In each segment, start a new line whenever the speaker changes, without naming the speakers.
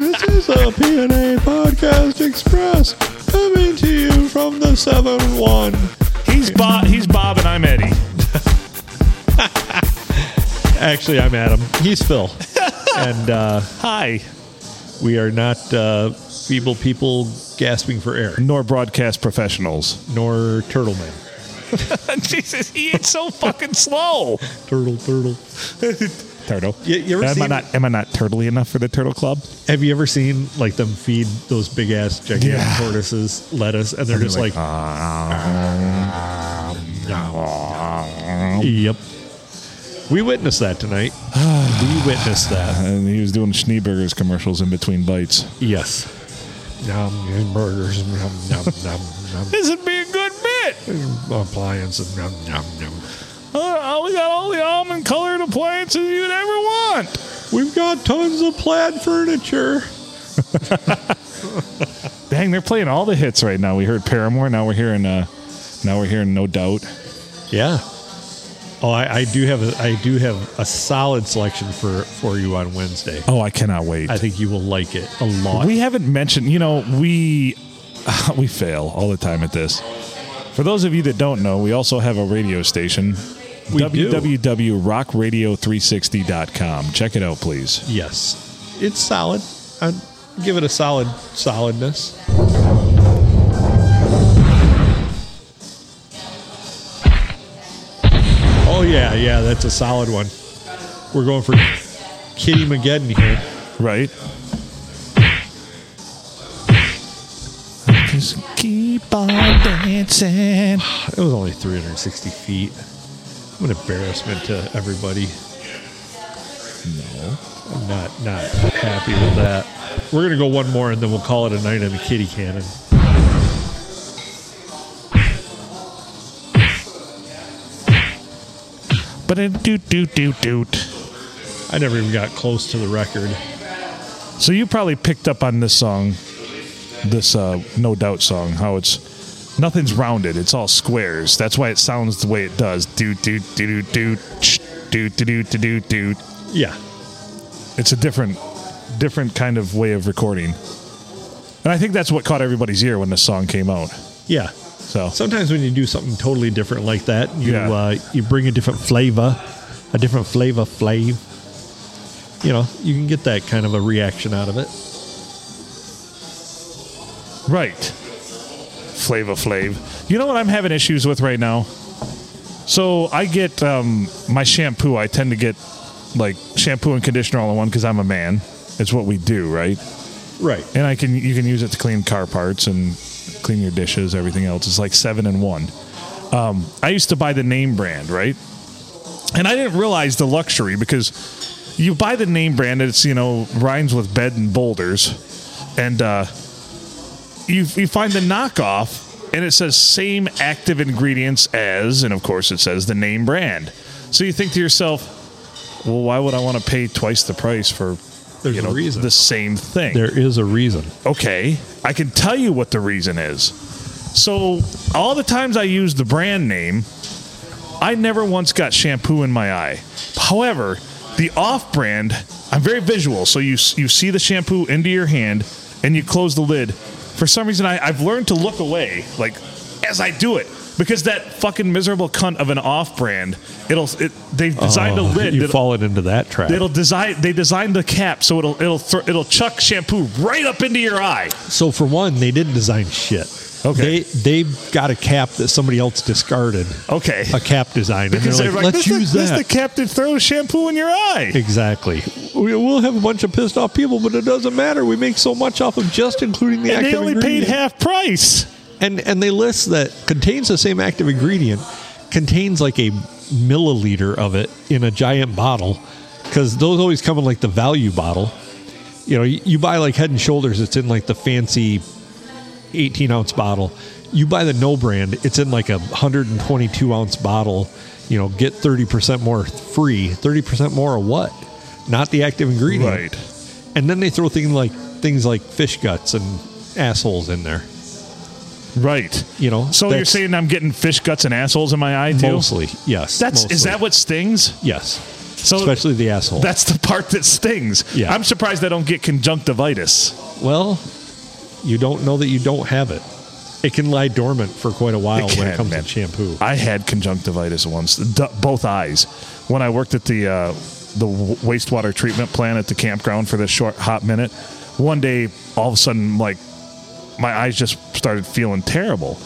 the PNA Podcast Express coming to you from the 7 1.
He's Bob. He's Bob, and I'm Eddie.
Actually, I'm Adam. He's Phil. and uh,
Hi.
we are not uh, feeble people gasping for air,
Nor broadcast professionals.
nor Turtle Man.
Jesus, he is so fucking slow.
Turtle, turtle.
Turtle.
You- you ever
am I
seen-
not? Am I not turtly enough for the Turtle Club?
Have you ever seen like them feed those big ass gigantic
Yeah.
tortoises lettuce and they're just like, yep. We witnessed that tonight. we witnessed that.
And he was doing Schneeberger's commercials in between bites.
Yes. Yum, yum, burgers, yum, yum, yum, yum,
This would be a good bit.
appliance, and yum, yum, yum.
Uh, we got all the almond colored appliances you'd ever want.
We've got tons of plaid furniture.
Dang, they're playing all the hits right now. We heard Paramore. Now we're hearing. Uh, now we're hearing No Doubt.
Yeah. Oh, I, I do have a, I do have a solid selection for for you on Wednesday.
Oh, I cannot wait.
I think you will like it a lot.
We haven't mentioned, you know, we we fail all the time at this. For those of you that don't know, we also have a radio station.
We do.
www.rockradio360.com. Check it out, please.
Yes, it's solid. I'd give it a solid solidness. Oh yeah, yeah, that's a solid one. We're going for Kitty Mageddon here.
Right? Just keep on dancing.
It was only 360 feet. What an embarrassment to everybody. No, I'm not not happy with that. We're gonna go one more and then we'll call it a night on the kitty cannon.
But it doot doot doot doot.
I never even got close to the record.
So you probably picked up on this song, this uh, No Doubt song, how it's nothing's rounded, it's all squares. That's why it sounds the way it does. Do do do do do do do do do do do.
Yeah,
It's a different, different kind of way of recording. And I think that's what caught everybody's ear when this song came out.
yeah.
So
Sometimes when you do something totally different like that, you
Yeah.
uh, you bring a different flavor, a different flavor flav. You know, you can get that kind of a reaction out of it.
right, Flava Flav. You know what I'm having issues with right now? So I get um, my shampoo. I tend to get like shampoo and conditioner all in one because I'm a man. It's what we do, right?
Right.
and I can you can use it to clean car parts and clean your dishes, everything else. It's like seven in one. Um, I used to buy the name brand, right? And I didn't realize the luxury because you buy the name brand, it's you know rhymes with bed and boulders, and uh, you you find the knockoff. And it says same active ingredients as, and of course it says the name brand. So you think to yourself, well, why would I want to pay twice the price for
There's
you
a
know,
reason.
the same thing?
There is a reason.
okay, I can tell you what the reason is. So, all the times I used the brand name, I never once got shampoo in my eye. However, the off brand, I'm very visual. So, you, you see the shampoo into your hand and you close the lid. For some reason, I, I've learned to look away, like as I do it. Because that fucking miserable cunt of an off-brand, it'll it, they've designed a
Oh,
lid
You've
that
fallen into that trap.
it'll design they designed the cap so it'll it'll thr it'll chuck shampoo right up into your eye.
So for one, they didn't design shit.
Okay.
They they got a cap that somebody else discarded.
Okay.
A cap design.
Because
and
they're
they're like,
like,
let's
this
use
the,
that.
This the cap that throws shampoo in your eye.
Exactly. We, we'll have a bunch of pissed off people, but it doesn't matter. We make so much off of just including the
And
active
they only paid
ingredient.
half price.
and and they list that contains the same active ingredient, contains like a milliliter of it in a giant bottle, because those always come in like the value bottle. You know, you, you buy like Head and Shoulders, it's in like the fancy eighteen ounce bottle. You buy the no brand, it's in like a hundred and twenty two ounce bottle. You know, get thirty percent more free. Thirty percent more of what? Not the active ingredient.
Right.
And then they throw things like things like fish guts and assholes in there.
Right.
You know,
So you're
that's-
saying I'm getting fish guts and assholes in my eye too?
Mostly, yes.
That's is
mostly.
that what stings?
Yes,
So
especially the asshole.
that's the part that stings.
Yeah.
I'm surprised I don't get conjunctivitis.
Well, you don't know that you don't have it. It can lie dormant for quite a while
It
when it
can,
comes
man.
to shampoo.
I had conjunctivitis once, d- both eyes, when I worked at the uh, the w- wastewater treatment plant at the campground for this short hot minute. One day, all of a sudden, like my eyes just started feeling terrible,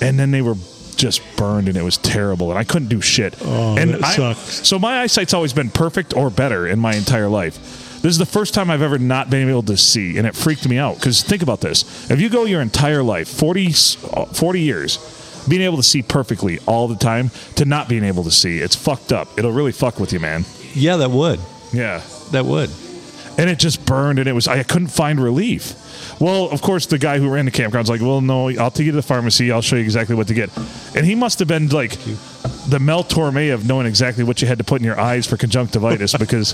and then they were just burned, and it was terrible, and I couldn't do shit.
Oh,
and
that
I-
sucks.
So my eyesight's always been perfect or better in my entire life. This is the first time I've ever not been able to see, and it freaked me out. Because think about this: if you go your entire life, 40, s- uh, 40 years, being able to see perfectly all the time to not being able to see, it's fucked up. It'll really fuck with you, man.
Yeah, that would.
Yeah
That would.
and it just burned and it was i couldn't find relief well of course the guy who ran the campground's like well no i'll take you to the pharmacy i'll show you exactly what to get and he must have been like the mel torme of knowing exactly what you had to put in your eyes for conjunctivitis because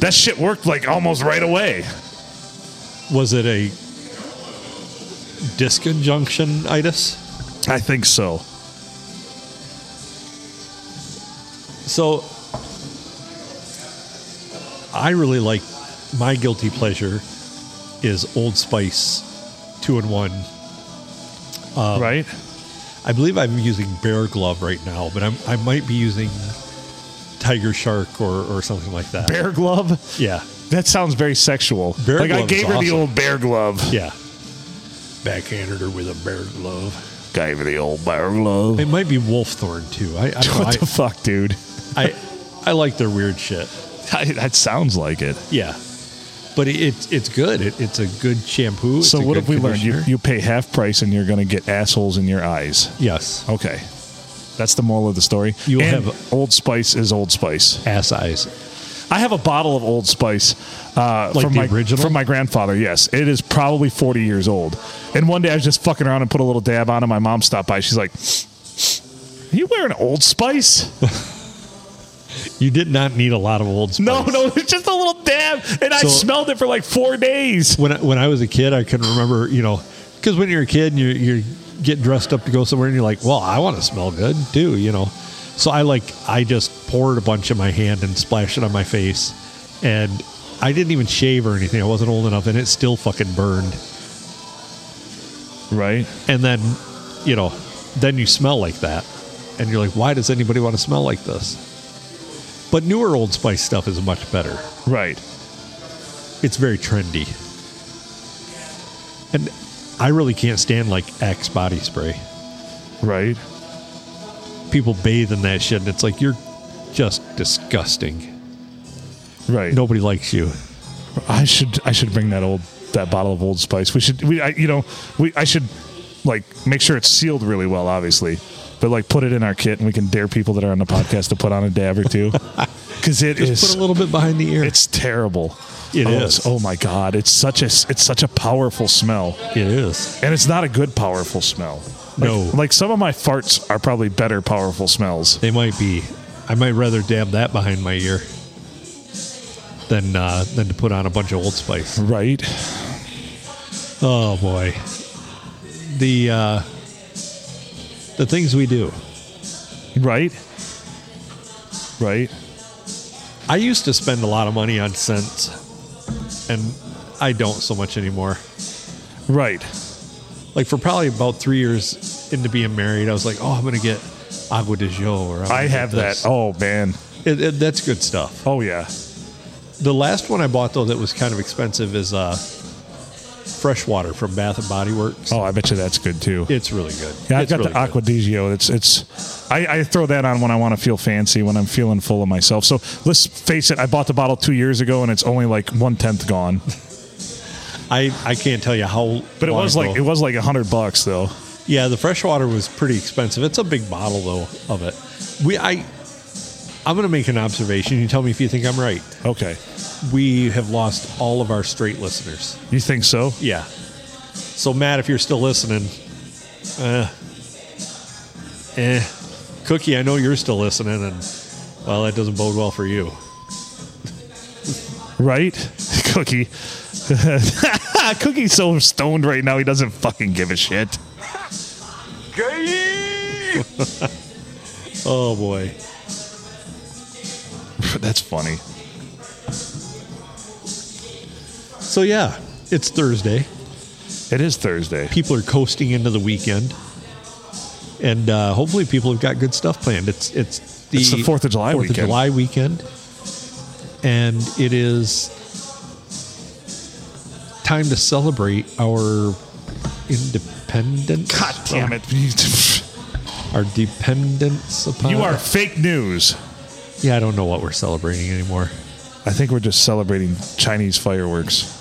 that shit worked like almost right away
Was it a disconjunction itis?
i think so
So I really like my guilty pleasure is Old Spice two in one. Oh.
right
I believe I'm using Bear Glove right now, but I'm, I might be using Tiger Shark or, or something like that.
bear glove
Yeah,
that sounds very sexual
Bear
like i
glove is
gave her the
awesome.
old bear glove
yeah. Backhanded her with a Bear Glove.
gave her the old bear glove
It might be Wolfthorn too. I I, don't know.
what the fuck dude
I, I I like their weird shit.
that sounds like it
Yeah. But it, it's it's good. It, it's a good shampoo. It's
so
a
what
good
have we learned you,
conditioner.
you pay half price and you're going to get assholes in your eyes
yes,
Okay. That's the moral of the story.
You
And
have-
Old Spice is Old Spice.
ass eyes.
I have a bottle of Old Spice uh,
Like
from
the
my
original?
from my grandfather. Yes, it is probably forty years old. And one day I was just fucking around and put a little dab on, and my mom stopped by. She's like, "Are you wearing Old Spice?"
You did not need a lot of old spice.
No, no, it's just a little dab, and I
So-
smelled it for like four days.
When I, when I was a kid, I can remember, you know, because when you're a kid and you you get dressed up to go somewhere, and you're like, well, I want to smell good too, you know. So I like I just poured a bunch in my hand and splashed it on my face, and I didn't even shave or anything. I wasn't old enough, and it still fucking burned.
Right?
and then you know then you smell like that and you're like why does anybody want to smell like this but newer old spice stuff is much better
Right.
it's very trendy and i really can't stand like axe body spray
Right.
people bathe in that shit and it's like you're just disgusting
Right.
nobody likes you
I should I should bring that old that bottle of Old Spice. We should we I, you know we I should like make sure it's sealed really well, obviously, but like put it in our kit and we can dare people that are on the podcast to put on a dab or two because it is
put a little bit behind the ear
it's terrible.
It
It is. oh,
is.
it's- oh my god! It's such a it's such a powerful smell,
it is
and it's not a good powerful smell. Like-
No.
like some of my farts are probably better powerful smells.
they might be i might rather dab that behind my ear than uh, than to put on a bunch of old spice
Right?
Oh boy, the uh, the things we do.
Right? Right?
I used to spend a lot of money on scents, and I don't so much anymore.
Right?
Like for probably about three years into being married, I was like, "Oh, I'm gonna get agua de jo." Or I'm gonna
I
get
have that.
this.
Oh man.
It- it- that's good stuff.
Oh yeah.
The last one I bought though that was kind of expensive is uh, fresh water from Bath and Body Works.
Oh, I bet you that's good too.
It's really good.
Yeah, I've
It's
got
really
the Aqua Digio. It's it's. I, I throw that on when I want to feel fancy, when I'm feeling full of myself. So let's face it, I bought the bottle two years ago, and it's only like one tenth gone.
good. I I can't tell you how.
But it
long
was
ago.
like it was like a hundred bucks though.
Yeah, the fresh water was pretty expensive. It's a big bottle though of it. We I I'm going to make an observation. You tell me if you think I'm right.
Okay,
We have lost all of our straight listeners.
you think so?
Yeah. So Matt, if you're still listening, uh eh Cookie, I know you're still listening and well, that doesn't bode well for you.
Right, Cookie. Cookie's so stoned right now, he doesn't fucking give a shit.
Oh boy.
That's funny.
So yeah, it's Thursday.
It is Thursday.
People are coasting into the weekend, and uh, hopefully, people have got good stuff planned. It's it's the
It's the 4th of July
4th
weekend.
July weekend, and it is time to celebrate our independence.
God damn it.
Our dependence upon
you are fake news.
Yeah, I don't know what we're celebrating anymore.
I think we're just celebrating Chinese fireworks.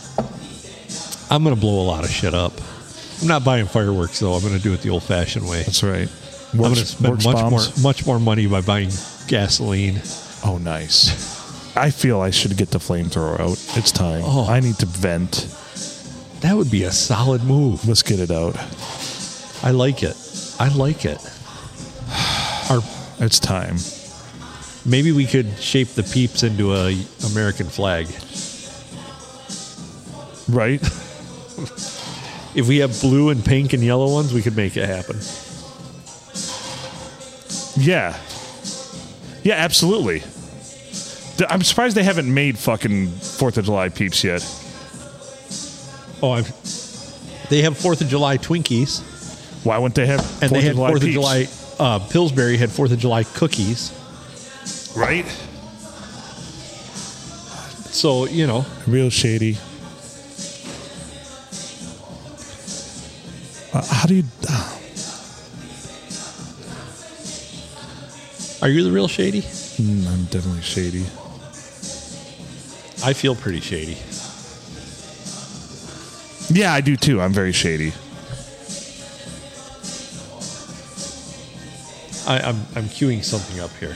I'm gonna blow a lot of shit up. I'm not buying fireworks though. I'm gonna do it the old-fashioned way.
That's right.
I'm gonna
Works,
spend
works
much
bombs.
more much more money by buying gasoline.
Oh, nice. I feel I should get the flamethrower out. It's time.
Oh.
I need to vent.
That would be a solid move.
Let's get it out.
I like it. I like it. Or
It's time.
maybe we could shape the peeps into a American flag.
Right?
If we have blue and pink and yellow ones, we could make it happen.
yeah. Yeah, absolutely. Th- I'm surprised they haven't made fucking 4th of July peeps yet.
Oh, I've, they have Fourth of July Twinkies,
Why wouldn't they have
and they had Fourth of
peeps?
July. Uh, Pillsbury had Fourth of July cookies.
Right?
So you know,
Real shady. Uh, how do you.
are you the real shady?
Mm, I'm definitely shady.
I feel pretty shady.
Yeah, I do too. I'm very shady.
I, I'm I'm queuing something up here.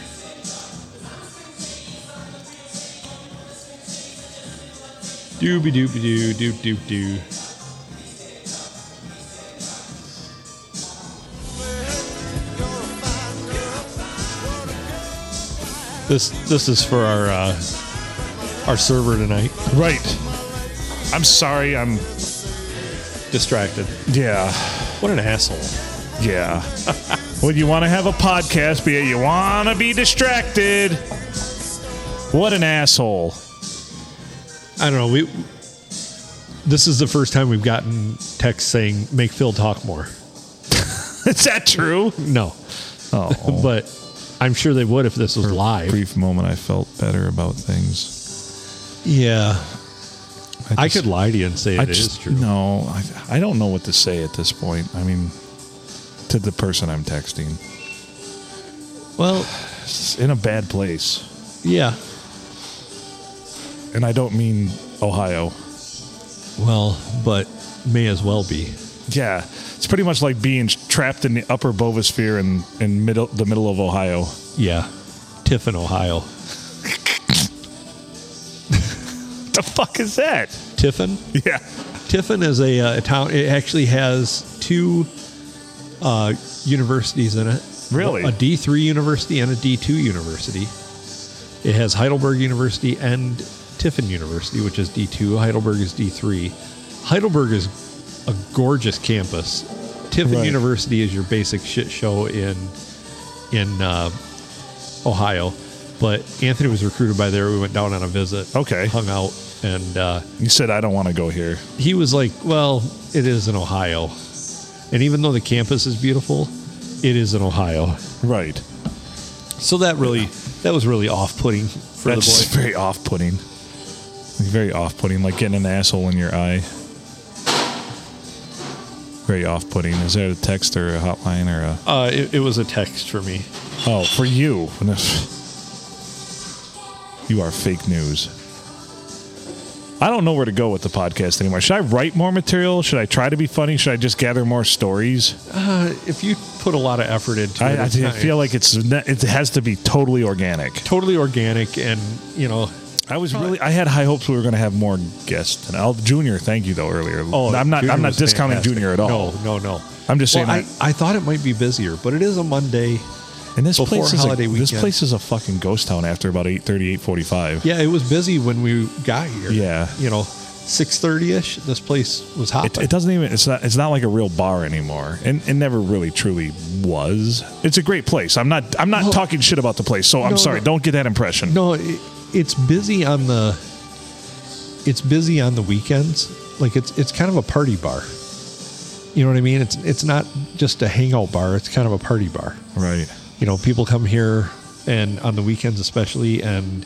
Dooby dooby doo doop doop doo. This this is for our uh, our server tonight.
Right. I'm sorry. I'm.
Distracted.
Yeah.
What an asshole.
Yeah. when you want to have a podcast, but yet you want to be distracted. What an asshole.
I don't know. We this is the first time we've gotten text saying make Phil talk more.
Is that true?
No.
Oh.
but I'm sure they would if this was live.
brief moment, I felt better about things.
yeah, I
just-
could lie to you and say it
I
is
just
true.
no. I, I don't know what to say at this point. I mean, to the person I'm texting,
Well,
it's in a bad place,
yeah.
and I don't mean Ohio.
Well, but may as well be.
Yeah, it's pretty much like being trapped in the upper bovosphere and in middle the middle of Ohio.
Yeah, Tiffin, Ohio.
The fuck is that?
Tiffin.
Yeah,
Tiffin is a, uh, a town. It actually has two uh, universities in it.
Really?
a D three university and a D two university. It has Heidelberg University and Tiffin University, which is D two. Heidelberg is D three. Heidelberg is a gorgeous campus. Tiffin
Right.
University is your basic shit show in in uh, Ohio. But Anthony was recruited by there. We went down on a visit.
Okay.
hung out and. Uh,
you said I don't want to go here.
he was like, "Well, it is in Ohio, and even though the campus is beautiful, it is in Ohio."
Right.
So that really, that was really off-putting for
That's
the boy.
very off-putting. Very off-putting, like getting an asshole in your eye. Very off-putting. Is there a text or a hotline or a?
Uh, it, it was a text for me.
Oh, for you. You are fake news. I don't know where to go with the podcast anymore. Should I write more material? Should I try to be funny? Should I just gather more stories?
Uh, if you put a lot of effort into
I,
it,
I,
it's not-
feel like it's not- it has to be totally organic.
totally organic, and you know,
I was really I had high hopes we were going to have more guests. And Al Junior, thank you though earlier.
oh,
I'm not
Junior
I'm not
was
discounting
fantastic.
Junior at all.
No, no, no.
I'm just
Well,
saying
I, I thought it might be busier, but it is a Monday.
And this
Before
place is
holiday
a, this
weekend.
place is a fucking ghost town after about 8:30 8:45.
Yeah, it was busy when we got here.
Yeah.
you know, six thirty ish. This place was hot.
It, it doesn't even. It's not. It's not like a real bar anymore, and it never really truly was. It's a great place. I'm not. I'm not
No.
talking shit about the place. So I'm
No,
sorry.
no.
Don't get that impression.
No, it, it's busy on the. It's busy on the weekends. Like it's it's kind of a party bar. You know what I mean? It's it's not just a hangout bar. It's kind of a party bar.
Right.
You know, people come here and on the weekends especially, and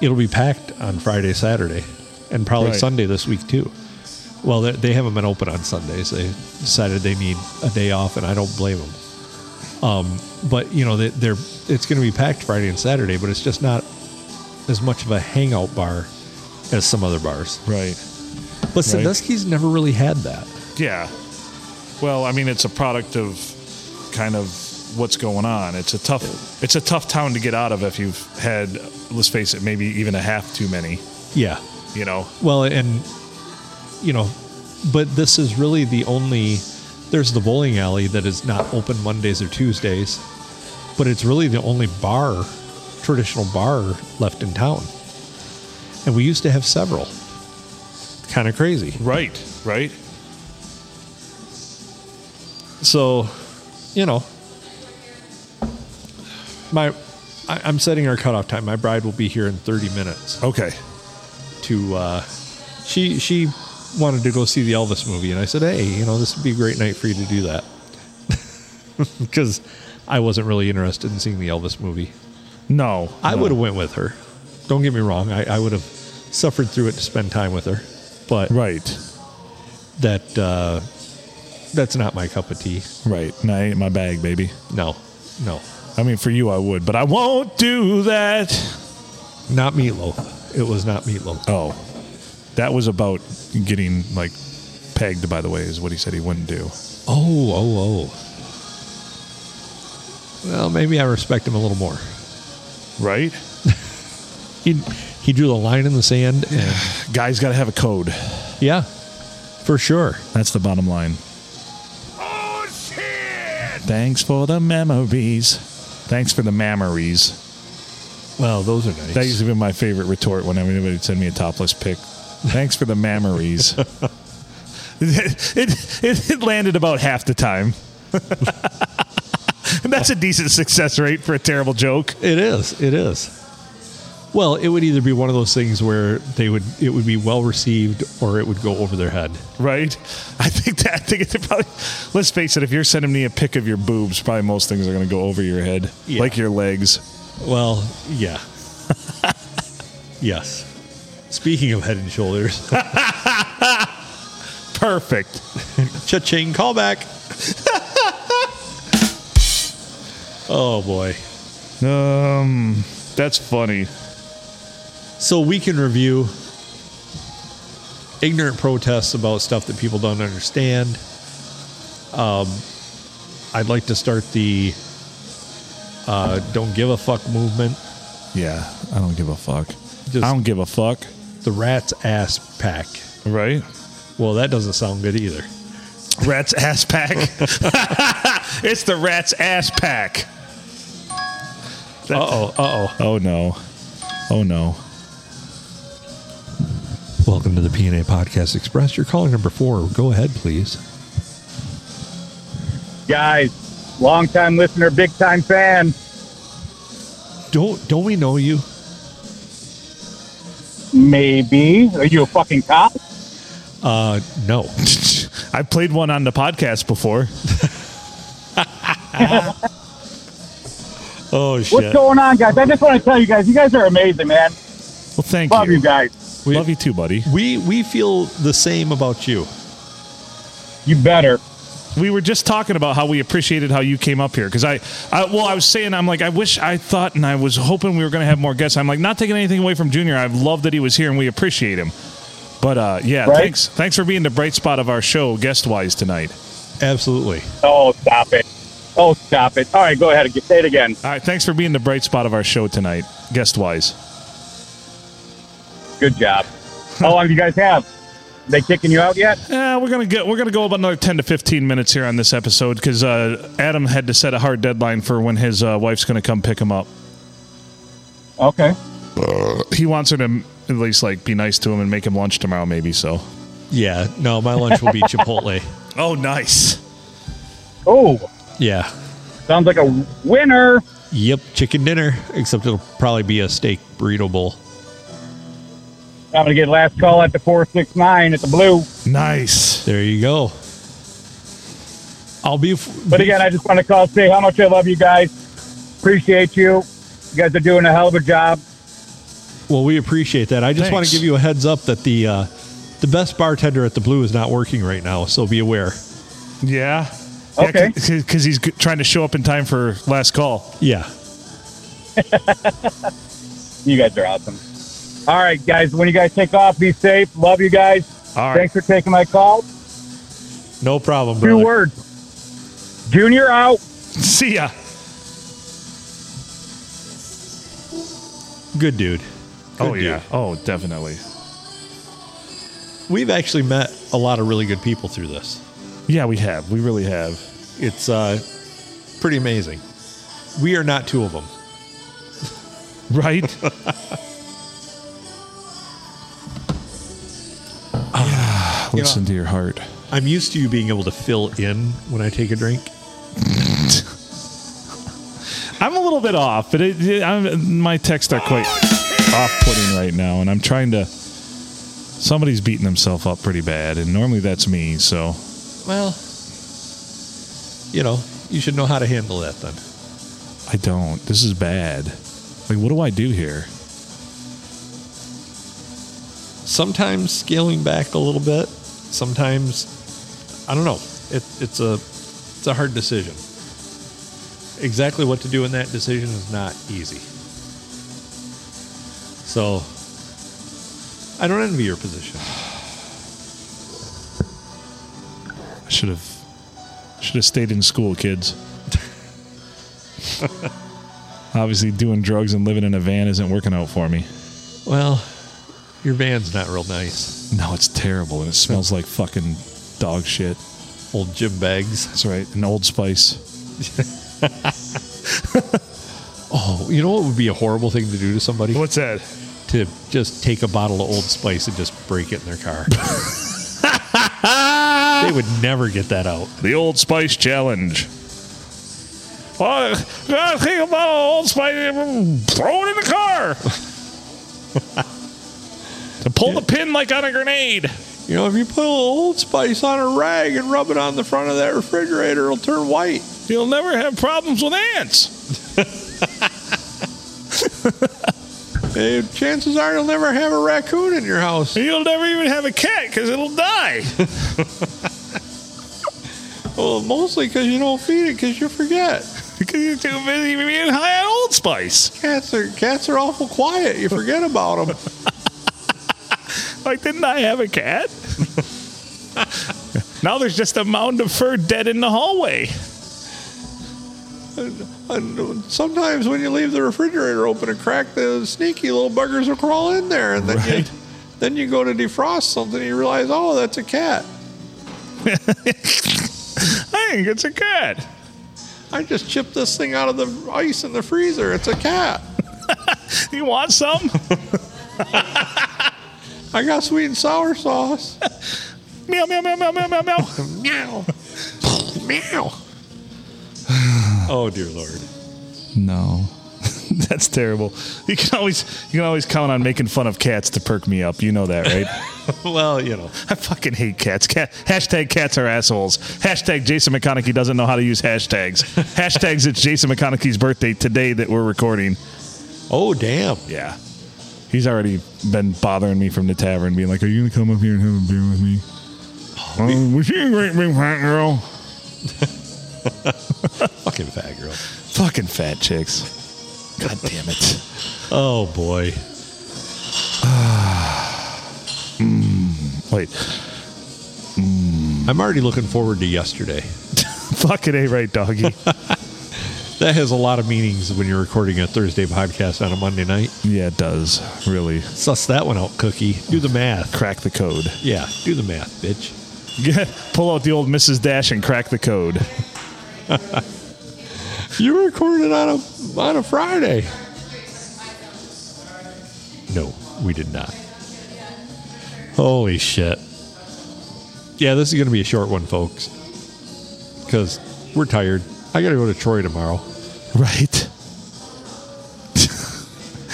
it'll be packed on Friday, Saturday, and probably
Right.
Sunday this week too. Well, they- they haven't been open on Sundays. They decided they need a day off, and I don't blame them. Um, but you know, they, they're it's going to be packed Friday and Saturday, but it's just not as much of a hangout bar as some other bars.
Right.
But
Right.
Sandusky's never really had that.
Yeah. Well, I mean, it's a product of kind of what's going on. It's a tough, it's a tough town to get out of if you've had, let's face it, maybe even a half too many.
Yeah.
You know,
Well, and you know, but this is really the only. There's the bowling alley that is not open Mondays or Tuesdays, but it's really the only bar, traditional bar left in town. And we used to have several. Kind of crazy.
right, right.
So, you know, my I, I'm setting our cutoff time. My bride will be here in 30 minutes.
Okay,
to uh, she she wanted to go see the Elvis movie, and I said, "Hey, you know, this would be a great night for you to do that," because I wasn't really interested in seeing the Elvis movie.
no,
I
no.
would have went with her. Don't get me wrong; I, I would have suffered through it to spend time with her, but
Right,
that uh, that's not my cup of tea.
right. No, I ain't my bag, baby.
No, no,
I mean, for you, I would, but I won't do that.
not meatloaf. It was not meatloaf.
Oh, that was about getting like pegged. By the way, is what he said he wouldn't do.
Oh, oh, oh. Well, maybe I respect him a little more.
Right,
he he drew the line in the sand and
guys, got to have a code.
yeah for sure
That's the bottom line.
Oh shit!
Thanks for the memories. Thanks for the memories.
well those are nice
That used to be my favorite retort whenever anybody would send me a topless pic. Thanks for the memories. it, it, it landed about half the time. That's a decent success rate for a terrible joke.
it is it is well it would either be one of those things where they would it would be well received or it would go over their head
Right? I think that I think it's probably let's face it, if you're sending me a pic of your boobs, probably most things are gonna go over your head.
Yeah.
Like your legs.
well yeah yes speaking of head and shoulders
Perfect.
cha-ching callback oh boy
Um that's funny.
so we can review ignorant protests about stuff that people don't understand. Um, I'd like to start the uh, "Don't Give a Fuck" movement.
Yeah, I don't give a fuck.
Just-
I don't give a fuck.
The rat's ass pack.
Right?
Well, that doesn't sound good either.
Rat's ass pack. it's the rat's ass pack.
Uh oh. Uh oh.
Oh no. Oh no.
Welcome to the PNA Podcast Express. You're calling number four. Go ahead, please.
Guys, long time listener, big time fan.
Don't don't we know you?
Maybe. Are you a fucking cop?
Uh, no.
I played one on the podcast before.
Oh
What's
shit.
going on, guys? I just want to tell you guys, you guys are amazing, man.
Well, thank
Love
you.
you guys.
We-
Love you too, buddy.
We we feel the same about you.
You better.
We were just talking about how we appreciated how you came up here because I, I, well, I was saying I'm like I wish I thought and I was hoping we were going to have more guests. I'm like not taking anything away from Junior. I've loved that he was here and we appreciate him. But uh, yeah,
Right?
thanks, thanks for being the bright spot of our show guest wise tonight.
Absolutely.
Oh, stop it. Oh, stop it. All right, go ahead. Say it again.
All right, thanks for being the bright spot of our show tonight, guest wise.
Good job. How long do you guys have? They kicking you out yet?
Uh, we're gonna get we're gonna go about another ten to fifteen minutes here on this episode because uh, Adam had to set a hard deadline for when his uh, wife's gonna come pick him up.
Okay.
He wants her to at least like be nice to him and make him lunch tomorrow, maybe. So.
Yeah. No, my lunch will be Chipotle.
Oh, nice.
Oh,
Yeah.
sounds like a winner.
Yep, chicken dinner, except it'll probably be a steak burrito bowl.
I'm going to get last call at the 469 at the blue.
Nice.
There you go. I'll be. f-
But again, I just want to call say how much I love you guys. Appreciate you. You guys are doing a hell of a job.
Well, we appreciate that. I just want
Thanks.
to give you a heads up that the uh, the best bartender at the Blue is not working right now, so be aware.
Yeah.
Okay.
Because he's g- trying to show up in time for last call.
Yeah.
You guys are awesome. All right, guys. When you guys take off, be safe. Love you guys.
All right.
Thanks for taking my call.
No problem,
Two
brother.
words. Junior out.
See ya.
Good dude.
oh
Good
yeah. Oh definitely.
dude. We've actually met a lot of really good people through this.
Yeah, we have. We really have.
It's uh, pretty amazing. We are not two of them.
Right. Ah, Listen to your heart.
I'm used to you being able to fill in when I take a drink.
I'm a little bit off, but it, it- I'm, my texts are quite off-putting right now, and I'm trying to. Somebody's beating himself up pretty bad, and normally that's me. So
Well, you know, you should know how to handle that then.
I don't. This is bad. Like, what do I do here?
sometimes scaling back a little bit sometimes i don't know it, it's a it's a hard decision exactly what to do in that decision is not easy so i don't envy your position
I should have should have stayed in school, kids. Obviously, doing drugs and living in a van isn't working out for me.
well your van's not real nice
No, it's terrible, and it smells like fucking dog shit.
old jim bags
That's right, an Old Spice.
oh you know what would be a horrible thing to do to somebody
What's that?
to just take a bottle of old spice and just break it in their car they would never get that out
The Old Spice Challenge. Oh, I think about Old Spice. Oh, Throw it in the car. to pull the pin like on a grenade.
You know, if you put a little Old Spice on a rag and rub it on the front of that refrigerator, it'll turn white.
You'll never have problems with ants.
Eh, chances are you'll never have a raccoon in your house.
You'll never even have a cat because it'll die.
Well, mostly because you don't feed it because you forget.
Because you're too busy being high on Old Spice.
Cats are cats are awful quiet. You forget about them.
Like, didn't I have a cat? now there's just a mound of fur dead in the hallway.
And sometimes when you leave the refrigerator open a crack, the sneaky little buggers will crawl in there, and then
Right.
you then you go to defrost something, and you realize, oh, that's a cat.
I think it's a cat.
I just chipped this thing out of the ice in the freezer. It's a cat.
You want some?
I got sweet and sour sauce.
meow, meow, meow, meow, meow, meow, meow.
Meow. Meow. oh dear lord.
No. That's terrible. You can always you can always count on making fun of cats to perk me up. You know that, right?
Well, you know.
I fucking hate cats. Cat, hashtag cats are assholes. Hashtag Jason McConaughey doesn't know how to use hashtags. Hashtags it's Jason McConaughey's birthday today that we're recording.
Oh damn.
Yeah. He's already been bothering me from the tavern, being like, Are you gonna come up here and have a beer with me? Oh, was she a great big fat girl?
Fucking fat girl.
Fucking fat chicks. God damn it.
Oh boy.
Wait.
I'm already looking forward to yesterday.
Fucking A eh, right, doggy.
That has a lot of meanings when you're recording a Thursday podcast on a Monday night.
yeah, it does. Really.
Suss that one out, Cookie. Do the math.
Crack the code.
Yeah, do the math, bitch.
Yeah, pull out the old Mrs. Dash and crack the code.
You recorded on a on a Friday. No, we did not. Holy shit. Yeah, this is going to be a short one, folks. Cuz we're tired. I got to go to Troy tomorrow.
Right.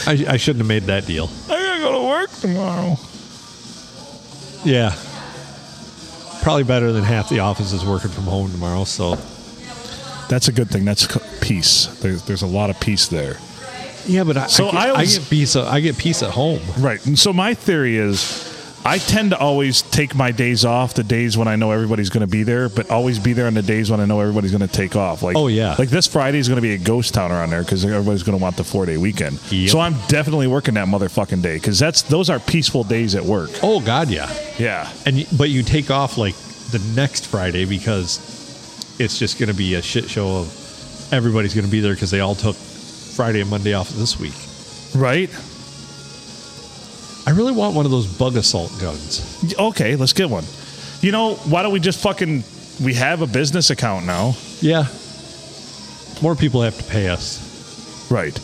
I, I shouldn't have made that deal.
I gotta go to work tomorrow.
Yeah. probably better than half the office is working from home tomorrow. So
That's a good thing. That's co- peace. There's, there's a lot of peace there.
yeah, but I,
So
I, get,
I
I,
always-
get peace. I get peace at home.
Right. And so my theory is I tend to always take my days off the days when I know everybody's going to be there, but always be there on the days when I know everybody's going to take off. Like
Oh, yeah.
Like this Friday is going to be a ghost town around there cuz everybody's going to want the 4-day weekend.
Yep.
So I'm definitely working that motherfucking day cuz that's those are peaceful days at work.
Oh God, yeah.
Yeah.
And y- but you take off like the next Friday because it's just going to be a shit show of everybody's going to be there because they all took Friday and Monday off this week.
Right?
I really want one of those bug assault guns.
Okay, let's get one. You know, why don't we just fucking we have a business account now.
Yeah. More people have to pay us.
Right.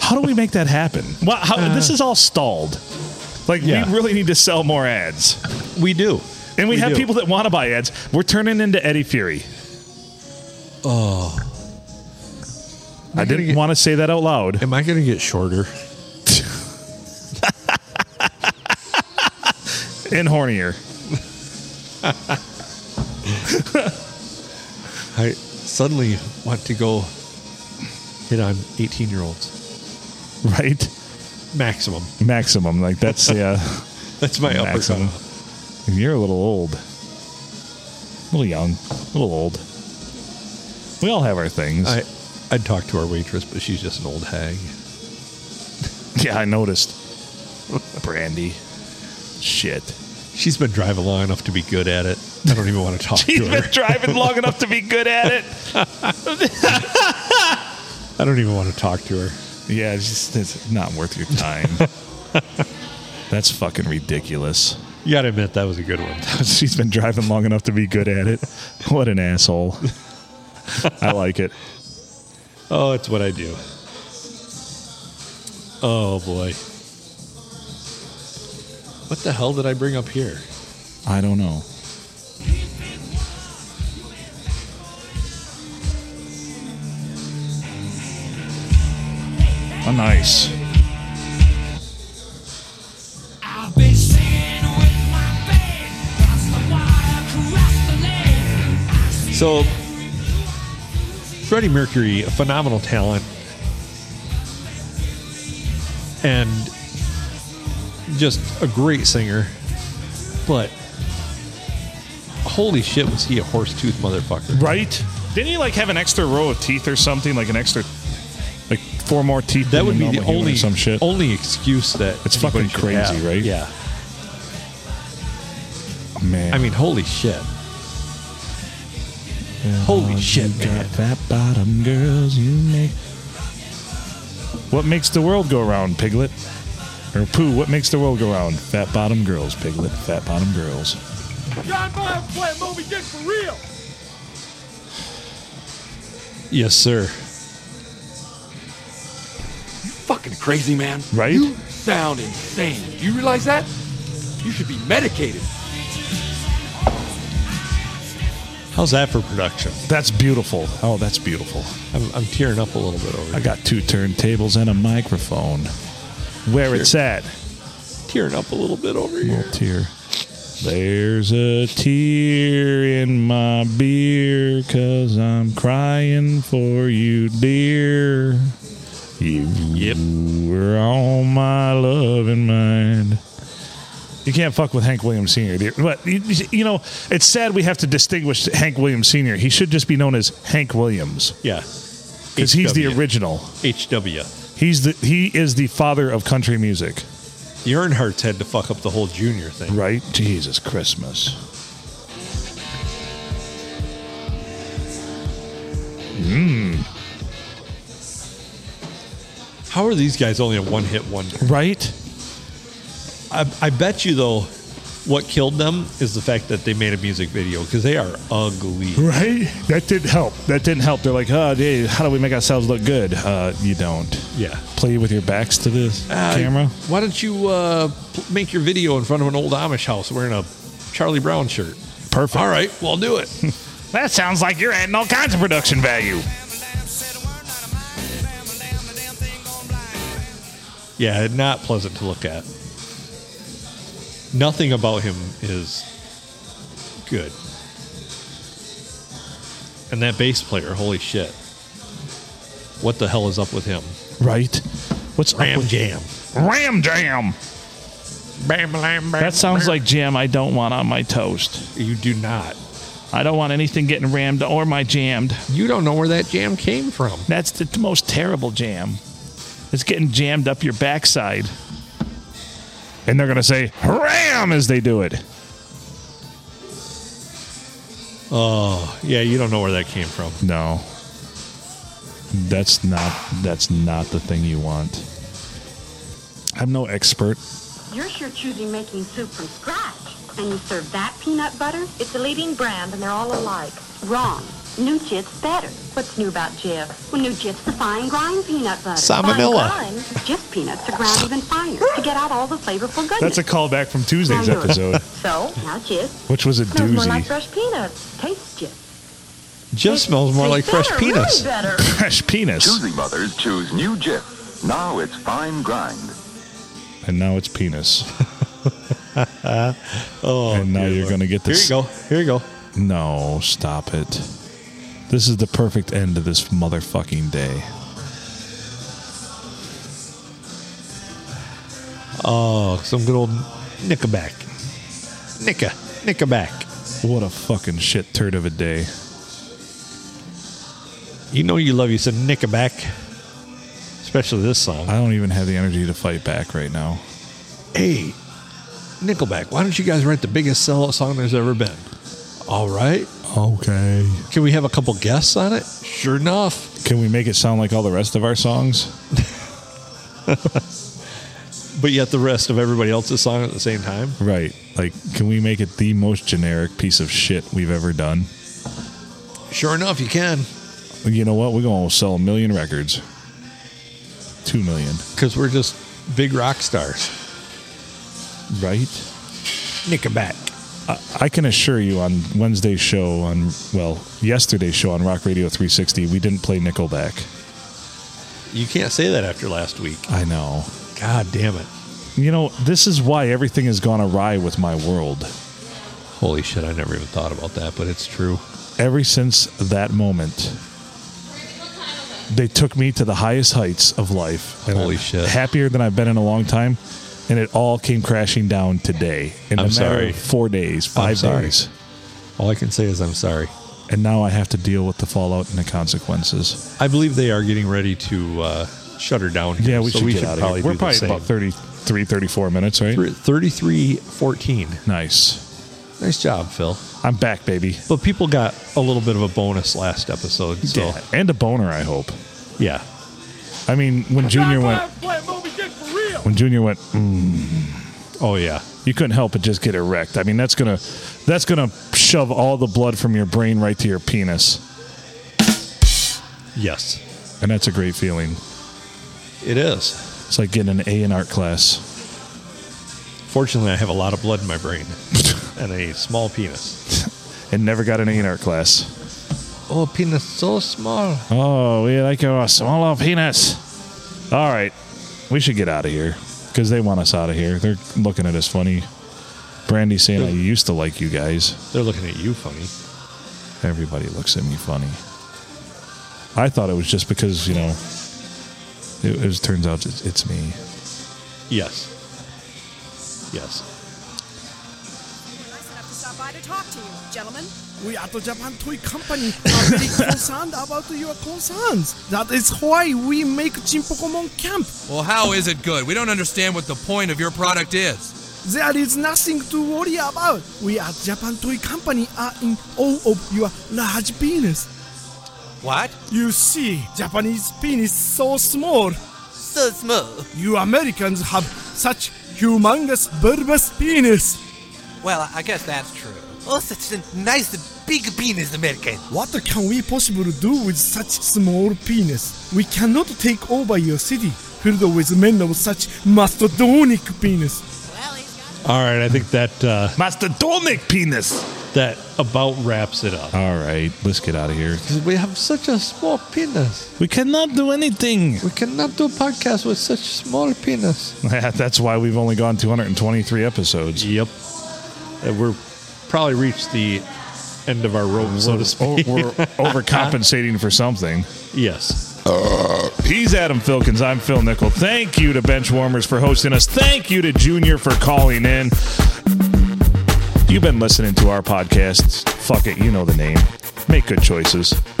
how do we make that happen? Well, how, this is all stalled. Like
Uh, Yeah.
we really need to sell more ads.
We do.
And we, have
do.
people that want to buy ads. We're turning into Eddie Fury. Oh. I didn't
get-
want to say that out loud.
Am I going to get shorter?
And hornier.
I suddenly want to go hit on 18 year olds
Right?
maximum.
Maximum. Like that's yeah.
That's my upper
maximum.
cutoff.
You're a little old. A little young. A little old. We all have our things.
I, I'd talk to our waitress, but she's just an old hag.
yeah, I noticed. Brandy. Shit.
She's been driving long enough to be good at it. I don't even want to talk
She's
to her.
been driving long enough to be good at it.
I don't even want to talk to her.
Yeah, it's just it's not worth your time. That's fucking ridiculous.
You got to admit, that was a good one.
She's been driving long enough to be good at it. What an asshole. I like it.
Oh, it's what I do. Oh, boy. What the hell did I bring up here?
I don't know. Oh, nice.
I've been singing with my band across the water, across the land. I see
So, Freddie Mercury, a phenomenal talent, and just a great singer. But holy shit, was he a horse tooth motherfucker?
Right? Didn't he like have an extra row of teeth or something? Like an extra, like four more teeth?
That
than
would
a
be the
normal human or
only
some shit.
only excuse that
It's
anybody
fucking
should
crazy,
have.
right?
Yeah,
man.
I mean, holy shit. Holy shit, man.
fat bottom girls you make. What makes the world go round, Piglet? Or Pooh, what makes the world go round? Fat bottom girls, Piglet, fat bottom girls.
drive by and play a movie just for real.
Yes, sir.
Fucking crazy, man.
Right?
You sound insane. Do you realize that? You should be medicated.
How's that for production?
That's beautiful. Oh, that's beautiful.
I'm, I'm tearing up a little bit over
I
here.
got two turntables and a microphone. Where it's at.
Tearing up a little bit over here.
Little tear. There's a tear in my beer, cause I'm crying for you, dear. You
Yep.
were all my love and mind. You can't fuck with Hank Williams Sr. dear. But, you, you know, it's sad we have to distinguish Hank Williams Sr. He should just be known as Hank Williams
Yeah.
because he's the
HW.
original.
HW.
He's the He is the father of country music,
The Earnhardt's had to fuck up the whole junior thing.
right? Jesus Christmas.
How are these guys only a one hit wonder?
Right?
I, I bet you, though, what killed them is the fact that they made a music video because they are ugly.
Right? That didn't help. That didn't help. They're like, oh, dude, how do we make ourselves look good? Uh, you don't.
Yeah.
Play with your backs to the camera.
Why don't you uh, pl- make your video in front of an old Amish house wearing a Charlie Brown shirt?
Perfect.
All right, well, do it.
That sounds like you're adding all kinds of production value.
yeah, not pleasant to look at. Nothing about him is good. And that bass player, holy shit. What the hell is up with him?
Right? What's
Ram
up with
jam.
Ram Jam?
Bam, bam, bam,
That sounds like jam I don't want on my toast.
You do not.
I don't want anything getting rammed or my jammed.
You don't know where that jam came from.
That's the t- most terrible jam. It's getting jammed up your backside. And they're going to say, Ram, as they do it.
Oh, Yeah, you don't know where that came from.
No. That's not that's not the thing you want. I'm no expert.
You're sure choosing making soup from scratch. And you serve that peanut butter? It's a leading brand and they're all alike. Wrong. New Jit's better. What's new about Jif? Well, New Jit's the fine grind peanut butter.
Salmonella.
Fine grind. Jif peanuts are ground even finer to get out all the flavorful goodness.
That's a callback from Tuesday's
Now you're-
episode,
So, now Jif
which was a
smells more like
doozy.
fresh peanuts. Tastes Jif.
Just smells more like fresh peanuts.
better.
Fresh penis.
Choosy mothers choose new Jif. Now it's fine grind.
And now it's penis.
Oh,
And now
dear
you're
Lord.
gonna get this-
Here you go. Here you go.
No, stop it. This is the perfect end to this motherfucking day.
Oh, some good old Nickaback. Nicka. Nickaback.
What a fucking shit turd of a day.
You know you love you some Nickaback. Especially this song.
I don't even have the energy to fight back right now.
hey, Nickelback, why don't you guys write the biggest sellout song there's ever been? All right.
Okay.
Can we have a couple guests on it? Sure enough.
Can we make it sound like all the rest of our songs?
But yet the rest of everybody else's song at the same time.
Right. Like, can we make it the most generic piece of shit we've ever done?
Sure enough, you can.
You know what? We're going to sell a million records. Two million.
Because we're just big rock stars.
Right?
Nickelback.
I can assure you on Wednesday's show, on, well, yesterday's show on Rock Radio 360, we didn't play Nickelback.
You can't say that after last week.
I know.
God damn it.
You know, this is why everything has gone awry with my world.
Holy shit, I never even thought about that, but it's true.
Ever since that moment, they took me to the highest heights of life. And
Holy
I'm
shit.
Happier than I've been in a long time. And it all came crashing down today. In
I'm
a matter
sorry.
of four days, 5
sorry.
days.
All I can say is I'm sorry.
And now I have to deal with the fallout and the consequences.
I believe they are getting ready to uh, shut her down here.
Yeah, we
so
should
we
get
should
out
probably
of here. We're
do
probably
the same.
about 33, 34 minutes, right?
3314.
Nice.
Nice job, Phil.
I'm back, baby.
But people got a little bit of a bonus last episode. So,
Yeah. And a boner, I hope.
yeah.
I mean, when Junior went, when Junior went, "Mm,
Oh, yeah.
you couldn't help but just get erect. I mean, that's gonna that's gonna shove all the blood from your brain right to your penis,
Yes.
and that's a great feeling.
It is.
It's like getting an A in art class.
Fortunately, I have a lot of blood in my brain and a small penis.
And never got an A in art class.
Oh, penis so small.
Oh, we like a small penis. All right, we should get out of here because they want us out of here. They're looking at us funny. Brandy saying I used to like you guys.
They're looking at you funny.
Everybody looks at me funny. I thought it was just because you know. It, it was- turns out it's, it's me.
Yes. Yes.
Nice enough to stop by to talk to you, gentlemen. We are the Japan Toy Company. are very concerned about your concerns. That is why we make Jin Pokemon Camp.
Well, how is it good? We don't understand what the point of your product is.
There is nothing to worry about. We at Japan Toy Company are in all of your large penis.
What?
You see, Japanese penis so small.
So small.
You Americans have such humongous bulbous penis.
Well, I guess that's true. Oh, such a nice big penis, American.
What can we possibly do with such small penis? We cannot take over your city filled with men of such mastodonic penis.
All right. I think that uh,
Mastodonic penis.
that about wraps it up.
All right, let's get out of here.
We have such a small penis.
We cannot do anything.
We cannot do podcast with such small penis.
That's why we've only gone 223 episodes.
Yep. And Uh, we're probably reached the end of our rope, so to
o-
speak.
we're overcompensating for something.
yes.
He's Adam Filkins. I'm Phil Nickel. Thank you to Benchwarmers for hosting us. Thank you to Junior for calling in. You've been listening to our podcast. Fuck it, you know the name. Make good choices.